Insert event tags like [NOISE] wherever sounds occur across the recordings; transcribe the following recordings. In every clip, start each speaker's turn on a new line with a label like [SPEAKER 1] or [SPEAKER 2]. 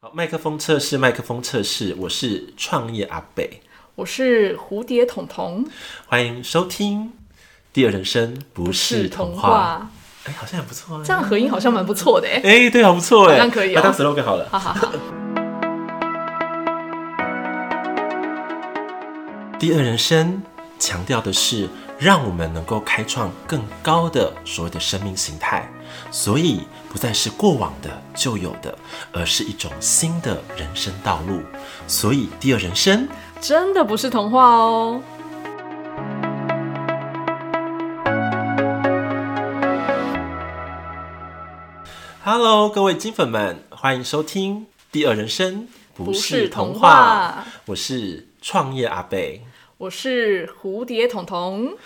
[SPEAKER 1] 好，麦克风测试，麦克风测试，我是创业阿北，
[SPEAKER 2] 我是蝴蝶彤彤，
[SPEAKER 1] 欢迎收听《第二人生不是童话》。哎，好像也不错啊
[SPEAKER 2] 这。样合音好像蛮不错的哎。
[SPEAKER 1] 哎，对，好不错哎，
[SPEAKER 2] 好像可以
[SPEAKER 1] 把
[SPEAKER 2] 哦
[SPEAKER 1] 它当 slogan 好了。
[SPEAKER 2] 好好好，
[SPEAKER 1] 第二人生强调的是，让我们能够开创更高的所谓的生命形态，所以不再是过往的旧有的，而是一种新的人生道路。所以，第二人生
[SPEAKER 2] 真的不是童话哦。
[SPEAKER 1] Hello，各位金粉们，欢迎收听《第二人生不是童
[SPEAKER 2] 不是童话
[SPEAKER 1] 我是创业阿贝。
[SPEAKER 2] 我是蝴蝶彤彤，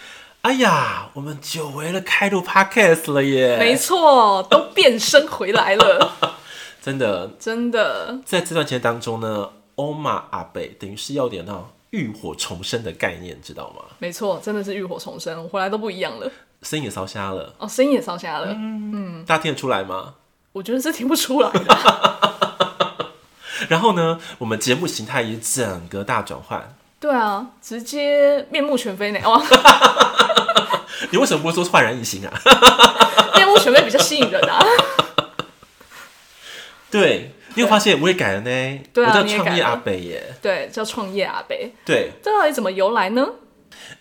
[SPEAKER 1] 哎呀，我们久违了开录 Podcast 了耶！
[SPEAKER 2] 没错，都变身回来了，
[SPEAKER 1] 真的，
[SPEAKER 2] 真的。
[SPEAKER 1] 在这段时间当中呢，欧玛阿贝等于是要有点那种浴火重生的概念，知道吗？
[SPEAKER 2] 没错，真的是浴火重生，我回来都不一样了。
[SPEAKER 1] 声音也烧瞎了，
[SPEAKER 2] 哦，声音也烧瞎了，嗯
[SPEAKER 1] 大家听得出来吗？
[SPEAKER 2] 我觉得是听不出来的。
[SPEAKER 1] 然后呢，我们节目形态也整个大转换。
[SPEAKER 2] 对啊，直接面目全非呢。哦， [LAUGHS]
[SPEAKER 1] 你为什么不会说焕然一新啊？ [LAUGHS]
[SPEAKER 2] 面目全非比较吸引人啊。
[SPEAKER 1] 对，你有发现我也改了呢。
[SPEAKER 2] 对啊
[SPEAKER 1] 我叫
[SPEAKER 2] 你也
[SPEAKER 1] 创业
[SPEAKER 2] 改了
[SPEAKER 1] 阿贝耶。
[SPEAKER 2] 对，叫创业阿北，
[SPEAKER 1] 对，
[SPEAKER 2] 这到底怎么由来呢？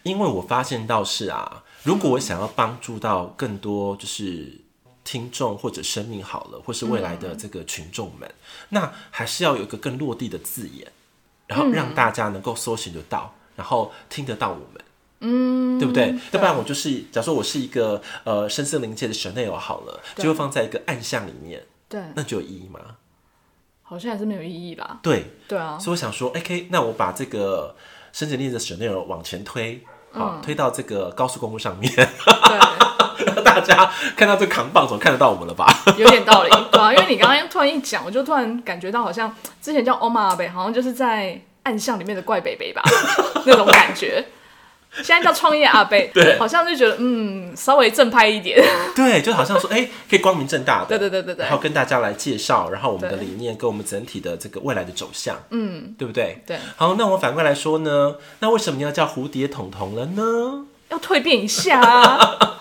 [SPEAKER 1] 因为我发现到是啊，如果我想要帮助到更多就是听众或者生命好了，或是未来的这个群众们，那还是要有一个更落地的字眼，然后让大家能够搜寻得到，然后听得到我们。嗯，对不对？要不然我就是，假如说我是一个呃深色临界的 Chanel 好了，就会放在一个暗巷里面，
[SPEAKER 2] 对，
[SPEAKER 1] 那就有意义吗？
[SPEAKER 2] 好像还是没有意义啦。
[SPEAKER 1] 对，
[SPEAKER 2] 对啊，
[SPEAKER 1] 所以我想说，OK，那我把这个深圳链的 Chanel 往前推，好、推到这个高速公路上面，
[SPEAKER 2] 对。
[SPEAKER 1] 大家看到这个扛棒总看得到我们
[SPEAKER 2] [LAUGHS]
[SPEAKER 1] 了吧？
[SPEAKER 2] 有点道理，对啊，因为你刚刚突然一讲，我就突然感觉到好像之前叫欧玛北，好像就是在暗巷里面的怪北北吧，那种感觉。现在叫创业阿北，
[SPEAKER 1] 对
[SPEAKER 2] 好像就觉得嗯，稍微正派一点，
[SPEAKER 1] 对，就好像说，哎、可以光明正大的，
[SPEAKER 2] 对对对对对
[SPEAKER 1] 然后跟大家来介绍，然后我们的
[SPEAKER 2] 对
[SPEAKER 1] 理念跟我们整体的这个未来的走向，嗯，对不对？
[SPEAKER 2] 对。
[SPEAKER 1] 好，那我反过来说呢，那为什么你要叫蝴蝶彤彤了呢？
[SPEAKER 2] 要蜕变一下啊。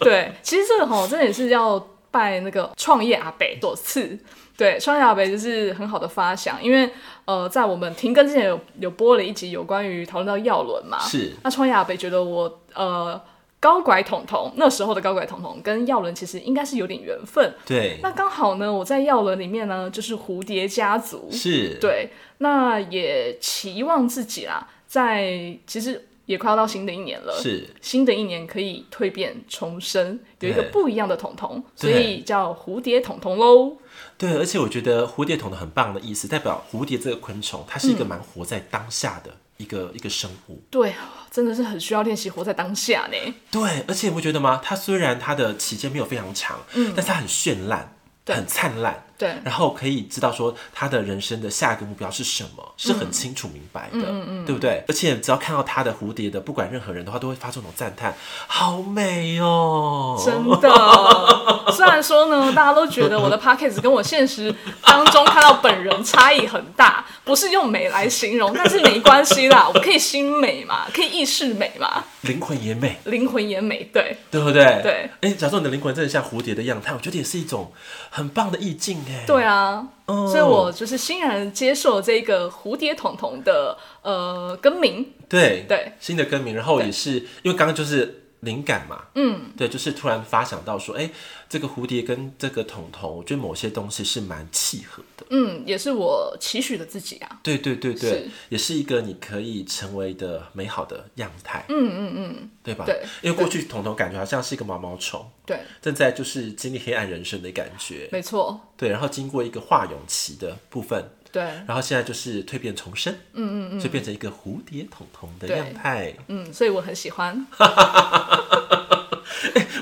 [SPEAKER 2] 对，其实这个吼，真的也是要拜那个创业阿北所赐。对，创业阿北就是很好的发想，因为呃，在我们停更之前有有播了一集有关于讨论到药轮嘛，
[SPEAKER 1] 是
[SPEAKER 2] 那创业阿北觉得我呃高拐彤彤那时候的高拐彤彤跟药轮其实应该是有点缘分。
[SPEAKER 1] 对，
[SPEAKER 2] 那刚好呢，我在药轮里面呢就是蝴蝶家族，
[SPEAKER 1] 是，，
[SPEAKER 2] 对，那也期望自己啦，在其实也快要到新的一年了，
[SPEAKER 1] 是，
[SPEAKER 2] 新的一年可以蜕变重生，有一个
[SPEAKER 1] 对
[SPEAKER 2] 不一样的彤彤，所
[SPEAKER 1] 对
[SPEAKER 2] 以叫蝴蝶彤彤喽。
[SPEAKER 1] 对，而且我觉得蝴蝶彤彤很棒的意思，代表蝴蝶这个昆虫，它
[SPEAKER 2] 嗯
[SPEAKER 1] 是一个蛮活在当下的一个、一个生物。
[SPEAKER 2] 对啊，真的是很需要练习活在当下呢。
[SPEAKER 1] 对，而且你不觉得吗？它虽然它的期间没有非常长，嗯，但是它很绚烂，
[SPEAKER 2] 对
[SPEAKER 1] 很灿烂，
[SPEAKER 2] 对
[SPEAKER 1] 然后可以知道说他的人生的下一个目标是什
[SPEAKER 2] 嗯
[SPEAKER 1] 么，是很清楚明白的，对不对？而且只要看到他的蝴蝶的，不管任何人的话，都会发出那种赞叹，好美哦！
[SPEAKER 2] 真
[SPEAKER 1] [LAUGHS]
[SPEAKER 2] 的，虽然说呢，大家都觉得我的 p o c k e t 跟我现实当中看到本人差异很大，不是用美来形容，但是没关系
[SPEAKER 1] [LAUGHS]
[SPEAKER 2] 啦，我们可以心美嘛，可以意识美嘛，
[SPEAKER 1] 灵魂也美，
[SPEAKER 2] 灵魂也美，对，
[SPEAKER 1] 对不对？
[SPEAKER 2] 对。
[SPEAKER 1] 哎，假如说你的灵魂真的像蝴蝶的样态，我觉得也是一种很棒的意境哎。
[SPEAKER 2] 对啊，
[SPEAKER 1] 嗯
[SPEAKER 2] 所以我就是欣然接受这个蝴蝶彤彤的呃更名，
[SPEAKER 1] 对
[SPEAKER 2] 对
[SPEAKER 1] 新的更名，然后也是因为刚刚就是灵感嘛，嗯，对，就是突然发想到说，哎，这个蝴蝶跟这个彤彤，我觉得某些东西是蛮契合的。
[SPEAKER 2] 嗯，也是我期许的自己啊。
[SPEAKER 1] 对对对对，
[SPEAKER 2] 是
[SPEAKER 1] 也是一个你可以成为的美好的样态。嗯嗯嗯，对吧？
[SPEAKER 2] 对
[SPEAKER 1] 因为过去彤彤感觉好像是一个毛毛虫，
[SPEAKER 2] 对，
[SPEAKER 1] 正在就是经历黑暗人生的感觉。
[SPEAKER 2] 没错，
[SPEAKER 1] 对，然后经过一个化蛹期的部分，
[SPEAKER 2] 对，
[SPEAKER 1] 然后现在就是蜕变重生。嗯嗯嗯，就变成一个蝴蝶彤彤的
[SPEAKER 2] 对
[SPEAKER 1] 样态。
[SPEAKER 2] 嗯，所以我很喜欢，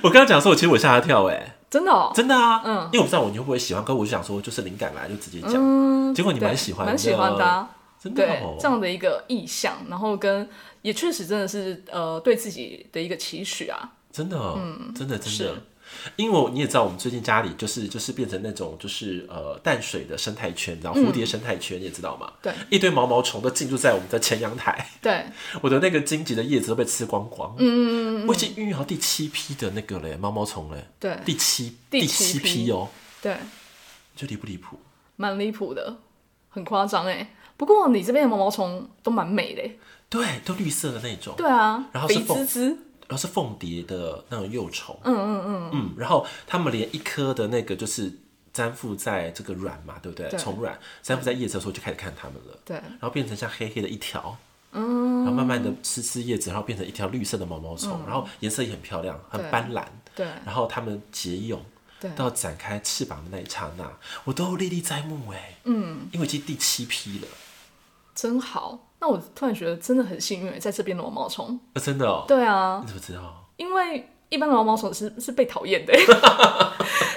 [SPEAKER 1] 我刚刚讲说，我其实我吓一跳，哎，
[SPEAKER 2] 真的哦，
[SPEAKER 1] 真的啊，嗯，因为我不知道我你会不会喜欢，可我就想说，就是灵感来就直接讲。
[SPEAKER 2] 嗯，
[SPEAKER 1] 结果你
[SPEAKER 2] 对
[SPEAKER 1] 蛮喜欢的，
[SPEAKER 2] 蛮喜欢的啊、
[SPEAKER 1] 真的
[SPEAKER 2] 对
[SPEAKER 1] 哦，
[SPEAKER 2] 这样的一个意向，然后跟也确实真的是呃对自己的一个期许啊，
[SPEAKER 1] 真的，真的，真的
[SPEAKER 2] 是。
[SPEAKER 1] 因为你也知道，我们最近家里就是就是变成那种就是呃淡水的生态圈，然后蝴蝶生态圈，你也知道嘛，
[SPEAKER 2] 嗯对
[SPEAKER 1] 一堆毛毛虫都进驻在我们的前阳台， [LAUGHS]
[SPEAKER 2] 对，
[SPEAKER 1] 我的那个荆棘的叶子都被吃光光。嗯我已经孕育好第七批的那个嘞，毛毛虫嘞。
[SPEAKER 2] 对
[SPEAKER 1] 第七
[SPEAKER 2] 第
[SPEAKER 1] 七
[SPEAKER 2] 七批
[SPEAKER 1] 批哦，
[SPEAKER 2] 对，
[SPEAKER 1] 就离不离谱？
[SPEAKER 2] 蛮离谱的，很夸张哎。不过你这边的毛毛虫都蛮美的欸，
[SPEAKER 1] 对，都绿色的那种。
[SPEAKER 2] 对啊，
[SPEAKER 1] 然后是
[SPEAKER 2] 肥
[SPEAKER 1] 凤
[SPEAKER 2] 滋滋，
[SPEAKER 1] 然后是凤蝶的那种幼虫，嗯嗯嗯嗯，然后它们连一颗的那个就是粘附在这个卵嘛，对不对？
[SPEAKER 2] 对
[SPEAKER 1] 虫卵粘附在叶子的时候就开始看它们了，
[SPEAKER 2] 对
[SPEAKER 1] 然后变成像黑黑的一条，嗯，然后慢慢的吃吃叶子，然后变成一条绿色的毛毛虫，然后颜色也很漂亮，很
[SPEAKER 2] 对
[SPEAKER 1] 斑斓，
[SPEAKER 2] 对
[SPEAKER 1] 然后它们结蛹
[SPEAKER 2] 对
[SPEAKER 1] 到展开翅膀的那一刹那，我都历历在目哎，嗯，因为已经第七批了，
[SPEAKER 2] 真好。那我突然觉得真的很幸运欸，在这边的毛毛虫。
[SPEAKER 1] 呃，真的哦，
[SPEAKER 2] 对啊
[SPEAKER 1] 你，怎么知道？
[SPEAKER 2] 因为一般的毛毛虫是是被讨厌的， [LAUGHS]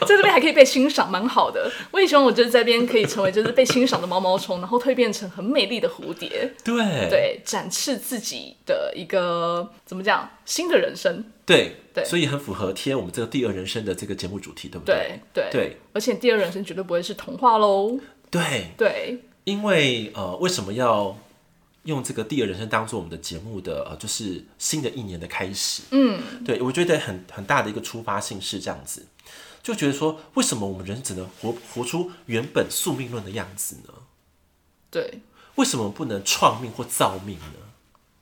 [SPEAKER 2] 在这边还可以被欣赏，蛮好的。我也希望我就是在这边可以成为就是被欣赏的毛毛虫，然后蜕变成很美丽的蝴蝶，
[SPEAKER 1] 对
[SPEAKER 2] 对，展翅自己的一个怎么讲新的人生。
[SPEAKER 1] 对
[SPEAKER 2] 对
[SPEAKER 1] 所以很符合贴我们这个第二人生的这个节目主题，对不
[SPEAKER 2] 对对
[SPEAKER 1] 对
[SPEAKER 2] 而且第二人生绝对不会是童话喽。
[SPEAKER 1] 对，
[SPEAKER 2] 对
[SPEAKER 1] 因为呃，为什么要用这个第二人生当做我们的节目的呃，就是新的一年的开始？嗯，对，我觉得很很大的一个出发性是这样子，就觉得说，为什么我们人只能活活出原本宿命论的样子呢？
[SPEAKER 2] 对，
[SPEAKER 1] 为什么不能创命或造命呢？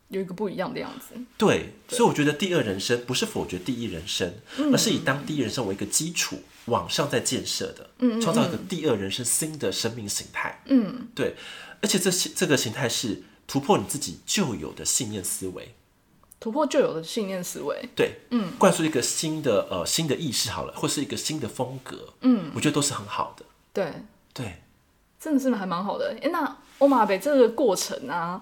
[SPEAKER 2] 有一个不一样的样子。
[SPEAKER 1] 对，嗯所以我觉得第二人生不是否决第一人生，而是以当第一人生为一个基础，往上再建设的，创造一个第二人生新的生命形态。嗯，对，而且这些这个形态是突破你自己旧有的信念思维，
[SPEAKER 2] 突破旧有的信念思维，
[SPEAKER 1] 对，嗯，灌输一个新的呃新的意识好了，或是一个新的风格，嗯，我觉得都是很好的。
[SPEAKER 2] 对，
[SPEAKER 1] 对，
[SPEAKER 2] 真的是还蛮好的。哎、那欧马北这个过程啊，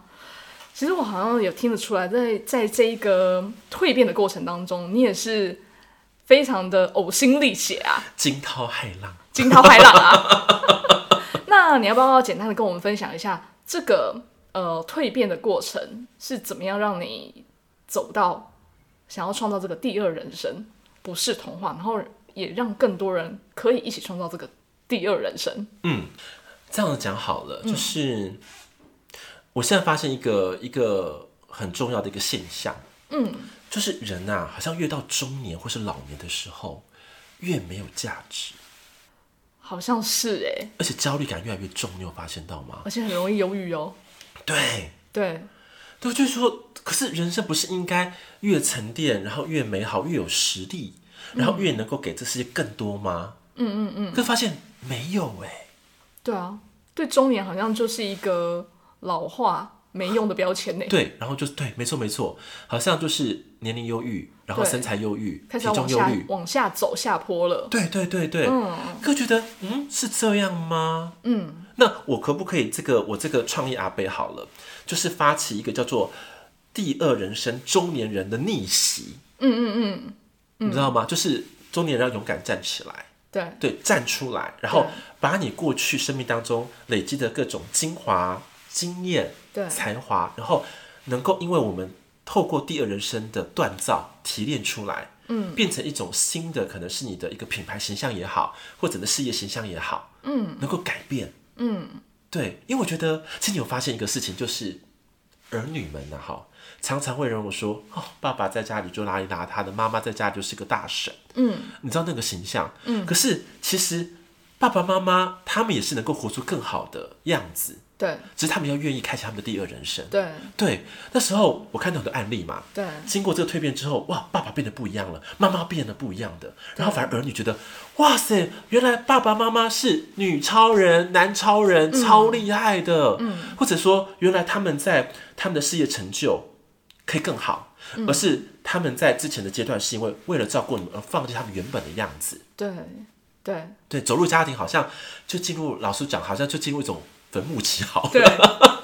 [SPEAKER 2] 其实我好像有听得出来，在在这一个蜕变的过程当中，你也是非常的呕心沥血啊，
[SPEAKER 1] 惊涛骇浪。
[SPEAKER 2] 惊涛骇浪啊。 [LAUGHS] 那你要不要简单的跟我们分享一下这个呃蜕变的过程是怎么样让你走到想要创造这个第二人生，不是童话，然后也让更多人可以一起创造这个第二人生？
[SPEAKER 1] 这样讲好了，就是、我现在发现一个一个很重要的一个现象，嗯，就是人呐、好像越到中年或是老年的时候，越没有价值，
[SPEAKER 2] 好像是哎、
[SPEAKER 1] 而且焦虑感越来越重，你有发现到吗？
[SPEAKER 2] 而且很容易忧郁哦。
[SPEAKER 1] 对，
[SPEAKER 2] 对
[SPEAKER 1] 对，就是说，可是人生不是应该越沉淀，然后越美好，越有实力，然后越能够给这世界更多吗？嗯嗯嗯，可是发现没有哎、
[SPEAKER 2] 对啊，对中年好像就是一个老化没用的标签呢。
[SPEAKER 1] 对，然后就是对，没错没错，好像就是年龄忧郁，然后
[SPEAKER 2] 对
[SPEAKER 1] 身材忧郁，
[SPEAKER 2] 开
[SPEAKER 1] 体
[SPEAKER 2] 始要
[SPEAKER 1] 重
[SPEAKER 2] 往
[SPEAKER 1] 忧
[SPEAKER 2] 下
[SPEAKER 1] 郁，
[SPEAKER 2] 往下走下坡了。
[SPEAKER 1] 对对对对，可觉得嗯是这样吗？嗯，那我可不可以这个我这个创业阿贝好了，就是发起一个叫做第二人生中年人的逆袭，嗯嗯嗯，你知道吗？就是中年人要勇敢站起来，
[SPEAKER 2] 对
[SPEAKER 1] 对，站出来，然后
[SPEAKER 2] 对
[SPEAKER 1] 把你过去生命当中累积的各种精华、经验、
[SPEAKER 2] 对
[SPEAKER 1] 才华，然后能够因为我们透过第二人生的锻造、提炼出来，嗯，变成一种新的，可能是你的一个品牌形象也好，或者你的事业形象也好，嗯，能够改变，嗯，对，因为我觉得，其实你有发现一个事情，就是儿女们呐、哈，常常会认为说，哦，爸爸在家里就邋里邋遢的，妈妈在家里就是个大婶，嗯，你知道那个形象，嗯，可是其实爸爸妈妈他们也是能够活出更好的样子，
[SPEAKER 2] 对
[SPEAKER 1] 只是他们要愿意开启他们的第二人生。
[SPEAKER 2] 对
[SPEAKER 1] 对，那时候我看到很多案例嘛，
[SPEAKER 2] 对
[SPEAKER 1] 经过这个蜕变之后，哇，爸爸变得不一样了，妈妈变得不一样的，然后反而儿女觉得，哇塞，原来爸爸妈妈是女超人、男超人，超厉害的，嗯，或者说原来他们在他们的事业成就可以更好，
[SPEAKER 2] 嗯
[SPEAKER 1] 而是他们在之前的阶段是因为为了照顾你们而放弃他们原本的样子，
[SPEAKER 2] 对对
[SPEAKER 1] 对，走入家庭好像就进入，老实讲，好像就进入一种坟墓期，好，
[SPEAKER 2] 对，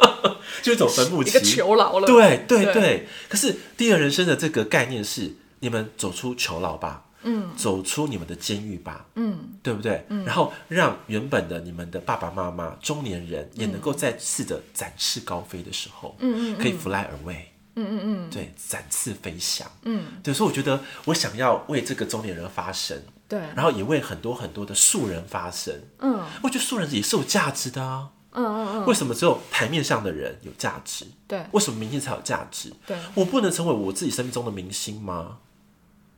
[SPEAKER 1] [LAUGHS] 就一种坟墓
[SPEAKER 2] 一
[SPEAKER 1] 期，
[SPEAKER 2] 个囚牢了。
[SPEAKER 1] 对对
[SPEAKER 2] 对
[SPEAKER 1] 对可是第二人生的这个概念是，你们走出囚牢吧，嗯，走出你们的监狱吧，嗯，对不对？然后让原本的你们的爸爸妈妈、中年人也能够在试着展翅高飞的时候，嗯嗯，可以 fly away。嗯嗯嗯，对，展翅飞翔。嗯，对，所以我觉得我想要为这个中年人发声。
[SPEAKER 2] 对，
[SPEAKER 1] 然后也为很多很多的素人发声。
[SPEAKER 2] 嗯
[SPEAKER 1] 我觉得素人也是有价值的啊，
[SPEAKER 2] 嗯嗯嗯，
[SPEAKER 1] 为什么只有台面上的人有价值？
[SPEAKER 2] 对
[SPEAKER 1] 为什么明星才有价值？
[SPEAKER 2] 对，
[SPEAKER 1] 我不能成为我自己生命中的明星吗？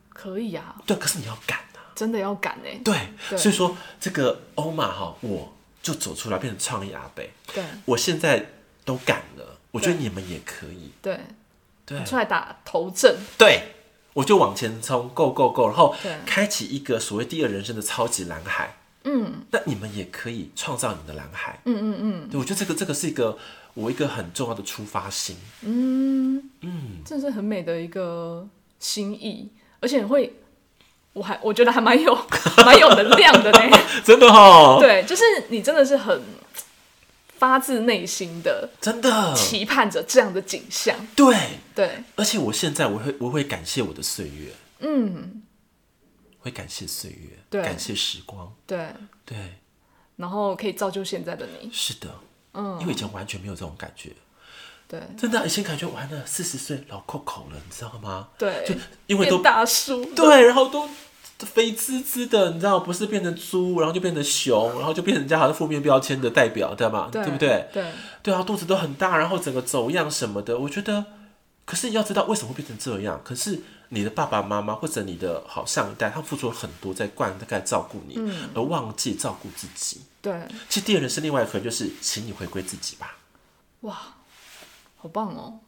[SPEAKER 2] 可以啊，
[SPEAKER 1] 对，可是你要敢啊。
[SPEAKER 2] 真的要敢哎，
[SPEAKER 1] 对，
[SPEAKER 2] 对
[SPEAKER 1] 所以说这个欧玛哈，我就走出来变成创意阿北，
[SPEAKER 2] 对
[SPEAKER 1] 我现在都敢了，我觉得
[SPEAKER 2] 对
[SPEAKER 1] 你们也可以。
[SPEAKER 2] 对，
[SPEAKER 1] 对，
[SPEAKER 2] 出来打头阵，
[SPEAKER 1] 对，我就往前冲，go go go，然后
[SPEAKER 2] 对
[SPEAKER 1] 开启一个所谓第二人生的超级蓝海。
[SPEAKER 2] 嗯
[SPEAKER 1] 那你们也可以创造你们的蓝海。
[SPEAKER 2] 嗯嗯嗯
[SPEAKER 1] 对，我觉得这个这个是一个我一个很重要的出发心。
[SPEAKER 2] 嗯，
[SPEAKER 1] 嗯，
[SPEAKER 2] 这是很美的一个心意，而且会。我还我觉得还蛮有蛮有能量的呢，
[SPEAKER 1] 真的哦，
[SPEAKER 2] 对，就是你真的是很发自内心的
[SPEAKER 1] 真的，
[SPEAKER 2] 期盼着这样的景象，
[SPEAKER 1] 对。
[SPEAKER 2] 对，
[SPEAKER 1] 而且我现在我会我会感谢我的岁月，
[SPEAKER 2] 嗯，
[SPEAKER 1] 会感谢岁月，
[SPEAKER 2] 对
[SPEAKER 1] 感谢时光，
[SPEAKER 2] 对，
[SPEAKER 1] 对，
[SPEAKER 2] 然后可以造就现在的你，
[SPEAKER 1] 是的，因
[SPEAKER 2] 嗯，
[SPEAKER 1] 为以前完全没有这种感觉，
[SPEAKER 2] 对
[SPEAKER 1] 真的，以前感觉完了四十岁老扣扣了，你知道吗？
[SPEAKER 2] 对，
[SPEAKER 1] 就因为都
[SPEAKER 2] 变大叔，
[SPEAKER 1] 对，然后都肥滋滋的，你知道，不是变成猪，然后就变成熊，然后就变成人家好像负面标签的代表，对吗？
[SPEAKER 2] 对
[SPEAKER 1] 不对？
[SPEAKER 2] 对
[SPEAKER 1] 对啊，肚子都很大，然后整个走样什么的，我觉得。可是你要知道为什么会变成这样？可是你的爸爸妈妈或者你的好上一代，他付出了很多在灌溉照顾你，而忘记照顾自己。
[SPEAKER 2] 对，
[SPEAKER 1] 其实第二人是另外一个，就是请你回归自己吧。
[SPEAKER 2] 哇，好棒哦，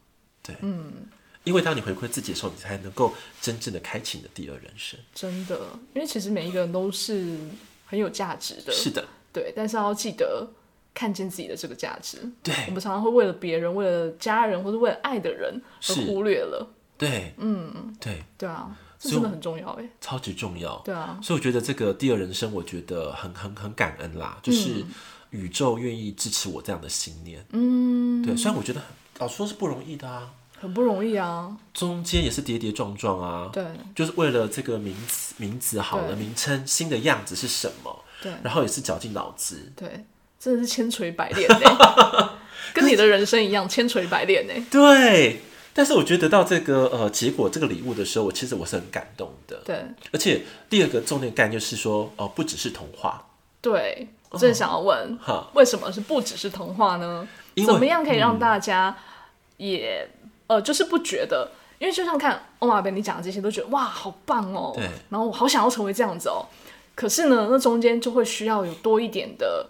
[SPEAKER 1] 对，嗯，因为当你回归自己的时候，你才能够真正的开启你的第二人生。
[SPEAKER 2] 真的，因为其实每一个人都是很有价值的，
[SPEAKER 1] 是的，
[SPEAKER 2] 对，但是要记得看见自己的这个价值。我
[SPEAKER 1] 对
[SPEAKER 2] 们常常会为了别人、为了家人或者为了爱的人而
[SPEAKER 1] 是
[SPEAKER 2] 忽略了，
[SPEAKER 1] 对，嗯，对，
[SPEAKER 2] 对啊，这
[SPEAKER 1] 所以我
[SPEAKER 2] 真的很重要哎，
[SPEAKER 1] 超级重要。
[SPEAKER 2] 对啊，
[SPEAKER 1] 所以我觉得这个第二人生，我觉得很很很感恩啦，就是宇宙愿意支持我这样的信念。
[SPEAKER 2] 嗯，
[SPEAKER 1] 对，虽然我觉得很老实说是不容易的啊，
[SPEAKER 2] 很不容易啊，
[SPEAKER 1] 中间也是跌跌撞撞啊。
[SPEAKER 2] 对
[SPEAKER 1] 就是为了这个名字名字好了，
[SPEAKER 2] 对
[SPEAKER 1] 名称新的样子是什么，
[SPEAKER 2] 对
[SPEAKER 1] 然后也是绞尽脑汁。
[SPEAKER 2] 对，真的是千锤百炼哎，跟你的人生一样千锤百炼哎，
[SPEAKER 1] 对，但是我觉得得到这个呃结果这个礼物的时候，我其实我是很感动的。
[SPEAKER 2] 对
[SPEAKER 1] 而且第二个重点概念就是说，哦、不只是童话，
[SPEAKER 2] 对，我真的想要问，
[SPEAKER 1] 哈，
[SPEAKER 2] 为什么是不只是童话呢？
[SPEAKER 1] 因为
[SPEAKER 2] 怎么样可以让大家也、呃，就是不觉得？因为就像看欧玛贝你讲的这些，都觉得哇，好棒哦
[SPEAKER 1] 对，
[SPEAKER 2] 然后我好想要成为这样子哦。可是呢，那中间就会需要有多一点的，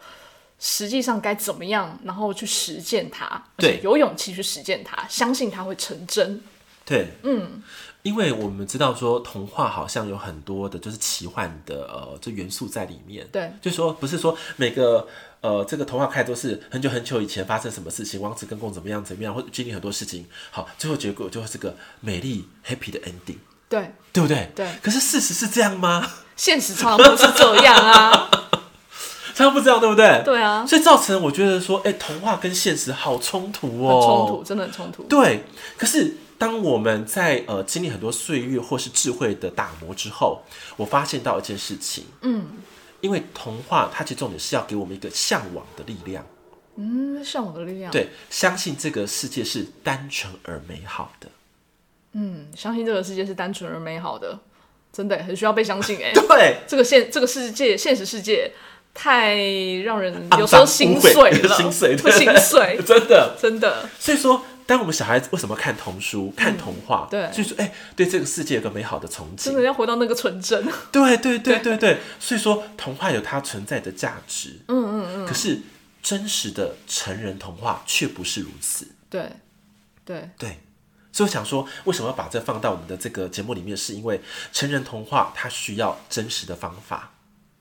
[SPEAKER 2] 实际上该怎么样，然后去实践它，而且
[SPEAKER 1] 对
[SPEAKER 2] 有勇气去实践它，相信它会成真。
[SPEAKER 1] 对，嗯，因为我们知道说童话好像有很多的就是奇幻的呃这元素在里面，
[SPEAKER 2] 对
[SPEAKER 1] 就说不是说每个呃这个童话开头是很久很久以前发生什么事情，王子跟公主怎么样怎么样，或者经历很多事情，好，最后结果就会是个美丽 happy 的 ending，
[SPEAKER 2] 对，
[SPEAKER 1] 对不对？
[SPEAKER 2] 对
[SPEAKER 1] 可是事实是这样吗？ [LAUGHS]
[SPEAKER 2] 现实常常不是这样 [LAUGHS] 啊。
[SPEAKER 1] 他不这样，对不对？
[SPEAKER 2] 对啊，
[SPEAKER 1] 所以造成我觉得说，哎、童话跟现实好冲突
[SPEAKER 2] 很
[SPEAKER 1] 哦，
[SPEAKER 2] 冲突，真的很冲突。
[SPEAKER 1] 对，可是当我们在呃经历很多岁月或是智慧的打磨之后，我发现到一件事情，
[SPEAKER 2] 嗯
[SPEAKER 1] 因为童话它其实重点是要给我们一个向往的力量，
[SPEAKER 2] 嗯，像我的力量。，
[SPEAKER 1] 对，相信这个世界是单纯而美好的。
[SPEAKER 2] 嗯，相信这个世界是单纯而美好的，真的很需要被相 [LAUGHS] 信哎、
[SPEAKER 1] 对，
[SPEAKER 2] 这个现这个世界现实世界太让人
[SPEAKER 1] 肮
[SPEAKER 2] 有时候
[SPEAKER 1] 脏
[SPEAKER 2] 心
[SPEAKER 1] 污秽
[SPEAKER 2] 碎了，
[SPEAKER 1] [LAUGHS] 心碎
[SPEAKER 2] 会
[SPEAKER 1] 对，
[SPEAKER 2] 心碎
[SPEAKER 1] [LAUGHS] 真的。
[SPEAKER 2] 真 [LAUGHS] 的
[SPEAKER 1] 所以说，当我们小孩子为什么看童书、看童话，
[SPEAKER 2] 嗯对
[SPEAKER 1] 所以说，哎、对这个世界有个美好的憧
[SPEAKER 2] 真的
[SPEAKER 1] 憬。
[SPEAKER 2] 要回到那个纯真。
[SPEAKER 1] 对对对对对，所以说童话有它存在的价值，
[SPEAKER 2] 嗯嗯嗯，
[SPEAKER 1] 可是真实的成人童话却不是如此。
[SPEAKER 2] 对对
[SPEAKER 1] 对，所以我想说，为什么要把这放到我们的这个节目里面？是因为成人童话它需要真实的方法，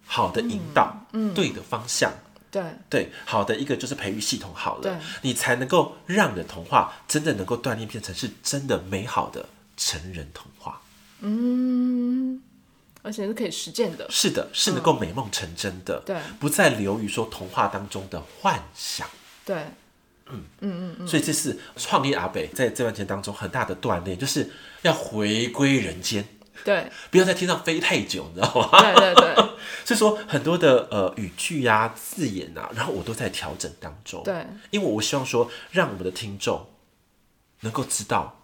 [SPEAKER 1] 好的引导，嗯，对的方向，
[SPEAKER 2] 对
[SPEAKER 1] 对，好的一个就是培育系统好
[SPEAKER 2] 对
[SPEAKER 1] 了，你才能够让你的童话真的能够锻炼变成是真的美好的成人童话。
[SPEAKER 2] 嗯，而且是可以实践的。
[SPEAKER 1] 是的，是能够美梦成真的，
[SPEAKER 2] 嗯对
[SPEAKER 1] 不再流于说童话当中的幻想。
[SPEAKER 2] 对嗯
[SPEAKER 1] 所以这是创业阿北在这段时间当中很大的锻炼，就是要回归人间，
[SPEAKER 2] 对
[SPEAKER 1] 不要在天上飞太久，你知道吗？ [LAUGHS]
[SPEAKER 2] 对对对
[SPEAKER 1] 所以说很多的呃语句呀、字眼啊，然后我都在调整当中。
[SPEAKER 2] 对，
[SPEAKER 1] 因为我希望说，让我们的听众能够知道，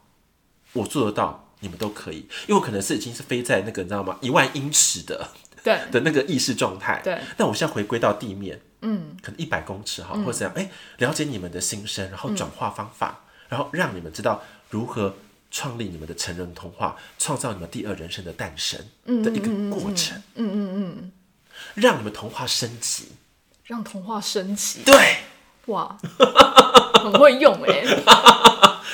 [SPEAKER 1] 我做得到，你们都可以。因为我可能是已经是飞在那个你知道吗？一万英尺的
[SPEAKER 2] 对
[SPEAKER 1] 的那个意识状态。
[SPEAKER 2] 对，
[SPEAKER 1] 那我现在回归到地面，
[SPEAKER 2] 嗯，
[SPEAKER 1] 可能一百公尺哈，或者怎样，哎、了解你们的心声，然后转化方法，然后让你们知道如何创立你们的成人童话，创造你们第二人生的诞生的一个过程，嗯嗯嗯，让你们童话升级，
[SPEAKER 2] 让童话升级，
[SPEAKER 1] 对，
[SPEAKER 2] [LAUGHS] 哇，很会用哎、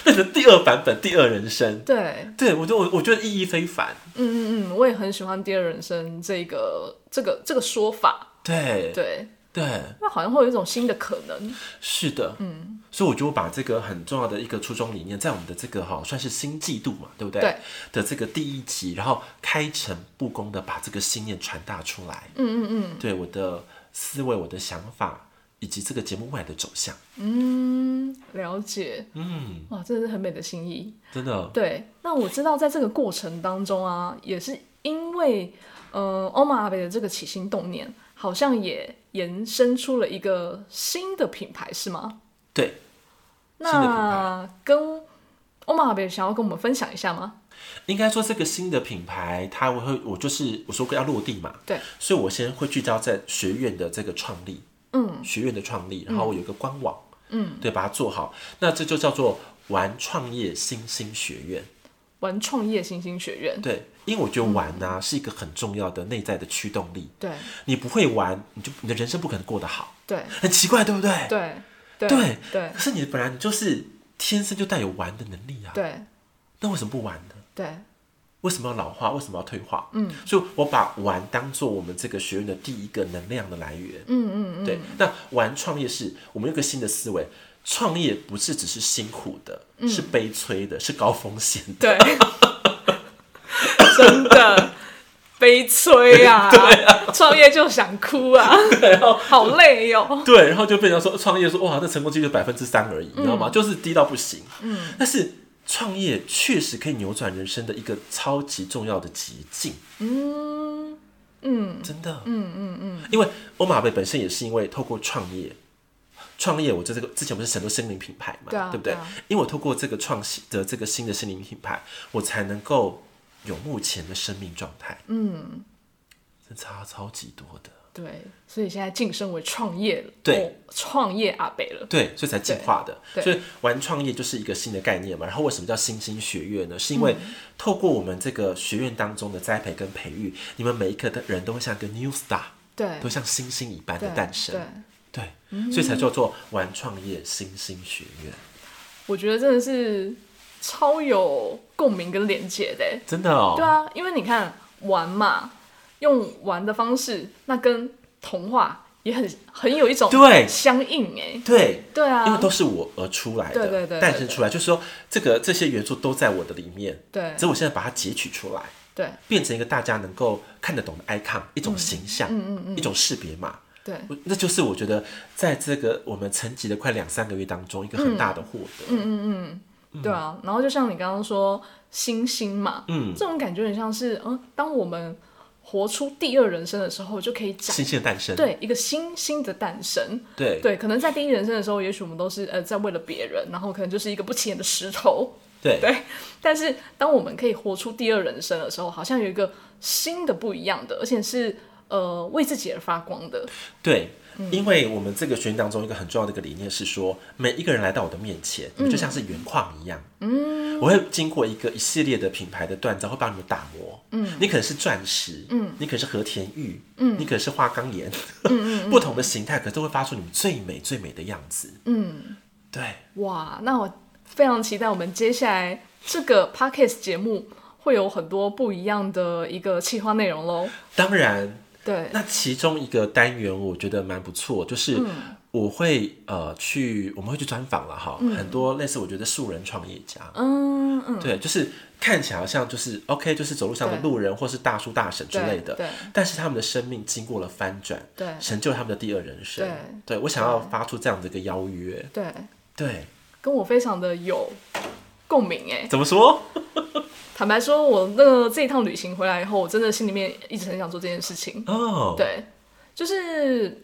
[SPEAKER 1] 变成第二版本，第二人生，
[SPEAKER 2] 对，
[SPEAKER 1] 对我就我我觉得意义非凡，
[SPEAKER 2] 嗯嗯嗯，我也很喜欢第二人生这个这个这个说法，
[SPEAKER 1] 对
[SPEAKER 2] 对，
[SPEAKER 1] 对
[SPEAKER 2] 那好像会有一种新的可能，
[SPEAKER 1] 是的，嗯，所以我就把这个很重要的一个初衷理念，在我们的这个哈算是新季度嘛，对不对？
[SPEAKER 2] 对
[SPEAKER 1] 的这个第一集，然后开诚布公的把这个信念传达出来。嗯嗯嗯，对我的思维、我的想法，以及这个节目未来的走向，
[SPEAKER 2] 嗯，了解，
[SPEAKER 1] 嗯，
[SPEAKER 2] 哇，真的是很美的心意。
[SPEAKER 1] 真的，
[SPEAKER 2] 对，那我知道在这个过程当中啊，也是因为呃欧玛阿贝的这个起心动念，好像也延伸出了一个新的品牌，是吗？
[SPEAKER 1] 对，新的品
[SPEAKER 2] 那
[SPEAKER 1] 牌
[SPEAKER 2] 跟欧玛阿贝想要跟我们分享一下吗？
[SPEAKER 1] 应该说这个新的品牌，它我会我就是我说过要落地嘛，
[SPEAKER 2] 对，
[SPEAKER 1] 所以我先会聚焦在学院的这个创立，
[SPEAKER 2] 嗯，
[SPEAKER 1] 学院的创立，然后我有一个官网，嗯，对，把它做好，那这就叫做玩创业新兴学院。
[SPEAKER 2] 玩创业新兴学院，
[SPEAKER 1] 对，因为我觉得玩
[SPEAKER 2] 嗯
[SPEAKER 1] 呢、是一个很重要的内在的驱动力。
[SPEAKER 2] 对
[SPEAKER 1] 你不会玩，你就你的人生不可能过得好，
[SPEAKER 2] 对
[SPEAKER 1] 很奇怪，对不对？
[SPEAKER 2] 对对
[SPEAKER 1] 对
[SPEAKER 2] 对
[SPEAKER 1] 可是你本来你就是天生就带有玩的能力啊，
[SPEAKER 2] 对
[SPEAKER 1] 那为什么不玩呢？
[SPEAKER 2] 对，
[SPEAKER 1] 为什么要老化？为什么要退化？嗯，所以我把玩当做我们这个学院的第一个能量的来源。嗯嗯嗯，对。那玩创业是我们有一个新的思维，创业不是只是辛苦的，是悲催的，是高风险的。
[SPEAKER 2] [LAUGHS] 对，真的悲催
[SPEAKER 1] [LAUGHS]
[SPEAKER 2] 啊！创业就想哭啊， [LAUGHS] 好累哦哟、
[SPEAKER 1] 对，然后就被人家说创业说哇，那成功几率百分之三而已，你知道吗？就是低到不行。嗯，但是创业确实可以扭转人生的一个超级重要的捷径。
[SPEAKER 2] 嗯嗯
[SPEAKER 1] 真的，嗯嗯嗯，因为欧马贝本身也是因为透过创业，创业我这这个之前不是很多森林品牌嘛，
[SPEAKER 2] 对啊
[SPEAKER 1] 不对？
[SPEAKER 2] 对啊
[SPEAKER 1] 因为我透过这个创新的这个新的森林品牌，我才能够有目前的生命状态，
[SPEAKER 2] 嗯，
[SPEAKER 1] 这差超级多的，
[SPEAKER 2] 对，所以现在晋升为创业了，
[SPEAKER 1] 对
[SPEAKER 2] 哦，创业阿北了，
[SPEAKER 1] 对，所以才进化的。
[SPEAKER 2] 对
[SPEAKER 1] 所以玩创业就是一个新的概念嘛。然后为什么叫新兴学院呢？是因为
[SPEAKER 2] 嗯
[SPEAKER 1] 透过我们这个学院当中的栽培跟培育，你们每一个的人都会像一个 new star，
[SPEAKER 2] 对
[SPEAKER 1] 都，像星星一般的
[SPEAKER 2] 对
[SPEAKER 1] 诞生。
[SPEAKER 2] 对，嗯
[SPEAKER 1] 对，所以才叫做玩创业新兴学院，
[SPEAKER 2] 我觉得真的是超有共鸣跟连接的欸，
[SPEAKER 1] 真的哦。
[SPEAKER 2] 对啊，因为你看玩嘛，用玩的方式，那跟童话也很很有一种
[SPEAKER 1] 对
[SPEAKER 2] 相应哎，
[SPEAKER 1] 对
[SPEAKER 2] 对啊，
[SPEAKER 1] 因为都是我而出来的，
[SPEAKER 2] 对对对对
[SPEAKER 1] 诞生出来，就是说这个这些元素都在我的里面，
[SPEAKER 2] 对
[SPEAKER 1] 只是我现在把它截取出来，
[SPEAKER 2] 对
[SPEAKER 1] 变成一个大家能够看得懂的 icon，一种形象，
[SPEAKER 2] 嗯
[SPEAKER 1] 一种识别码。
[SPEAKER 2] 对
[SPEAKER 1] 我那就是我觉得在这个我们沉寂的快两三个月当中，一个很大的获得。嗯
[SPEAKER 2] 对啊，然后就像你刚刚说星星嘛，
[SPEAKER 1] 嗯
[SPEAKER 2] 这种感觉很像是，嗯，当我们活出第二人生的时候，就可以展
[SPEAKER 1] 新鲜的诞生。
[SPEAKER 2] 对一个新星的诞生。
[SPEAKER 1] 对
[SPEAKER 2] 对，可能在第一人生的时候，也许我们都是呃在为了别人，然后可能就是一个不起眼的石头， [LAUGHS]
[SPEAKER 1] 对
[SPEAKER 2] 对。但是当我们可以活出第二人生的时候，好像有一个新的不一样的，而且是呃为自己而发光的。
[SPEAKER 1] 对，因为我们这个学院当中一个很重要的一个理念是说，每一个人来到我的面前，你们就像是原矿一样，嗯，我会经过一个一系列的品牌的锻造，会帮你们打磨，嗯，你可能是钻石，嗯，你可能是和田玉，嗯，你可能是花岗岩， [LAUGHS] 不同的形态，可是都会发出你们最美最美的样子，嗯，对，
[SPEAKER 2] 哇，那我非常期待我们接下来这个 podcast 节目会有很多不一样的一个企划内容喽。
[SPEAKER 1] 当然。
[SPEAKER 2] 对，
[SPEAKER 1] 那其中一个单元我觉得蛮不错，就是
[SPEAKER 2] 嗯
[SPEAKER 1] 我会呃去，我们会去专访了哈，很多类似我觉得素人创业家，
[SPEAKER 2] 嗯嗯，
[SPEAKER 1] 对，就是看起来好像就是 OK，就是走路上的
[SPEAKER 2] 对
[SPEAKER 1] 路人或是大叔大婶之类
[SPEAKER 2] 对
[SPEAKER 1] 的
[SPEAKER 2] 对，
[SPEAKER 1] 但是他们的生命经过了翻转，
[SPEAKER 2] 对
[SPEAKER 1] 成就他们的第二人生。对我想要发出这样的一个邀约，
[SPEAKER 2] 对，
[SPEAKER 1] 对，
[SPEAKER 2] 跟我非常的有共鸣哎。
[SPEAKER 1] 怎么说？
[SPEAKER 2] 坦白说，我那个这一趟旅行回来以后，我真的心里面一直很想做这件事情。
[SPEAKER 1] 哦，，
[SPEAKER 2] 对，就是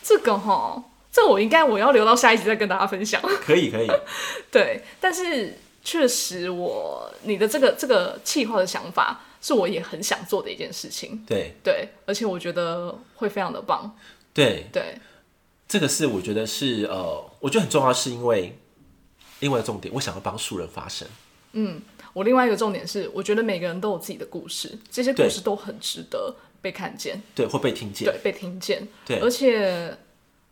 [SPEAKER 2] 这个哈，这我应该我要留到下一集再跟大家分享。
[SPEAKER 1] 可以可以，
[SPEAKER 2] 对，但是确实我你的这个这个计划的想法是我也很想做的一件事情。
[SPEAKER 1] 对
[SPEAKER 2] 对，而且我觉得会非常的棒。
[SPEAKER 1] 对，
[SPEAKER 2] 对，
[SPEAKER 1] 这个是我觉得是呃，我觉得很重要，是因为另外一个重点，我想要帮素人发声。
[SPEAKER 2] 我另外一个重点是，我觉得每个人都有自己的故事，这些故
[SPEAKER 1] 对
[SPEAKER 2] 事都很值得被看见，
[SPEAKER 1] 对，会被听见
[SPEAKER 2] 对，。被听见。
[SPEAKER 1] 对
[SPEAKER 2] 而且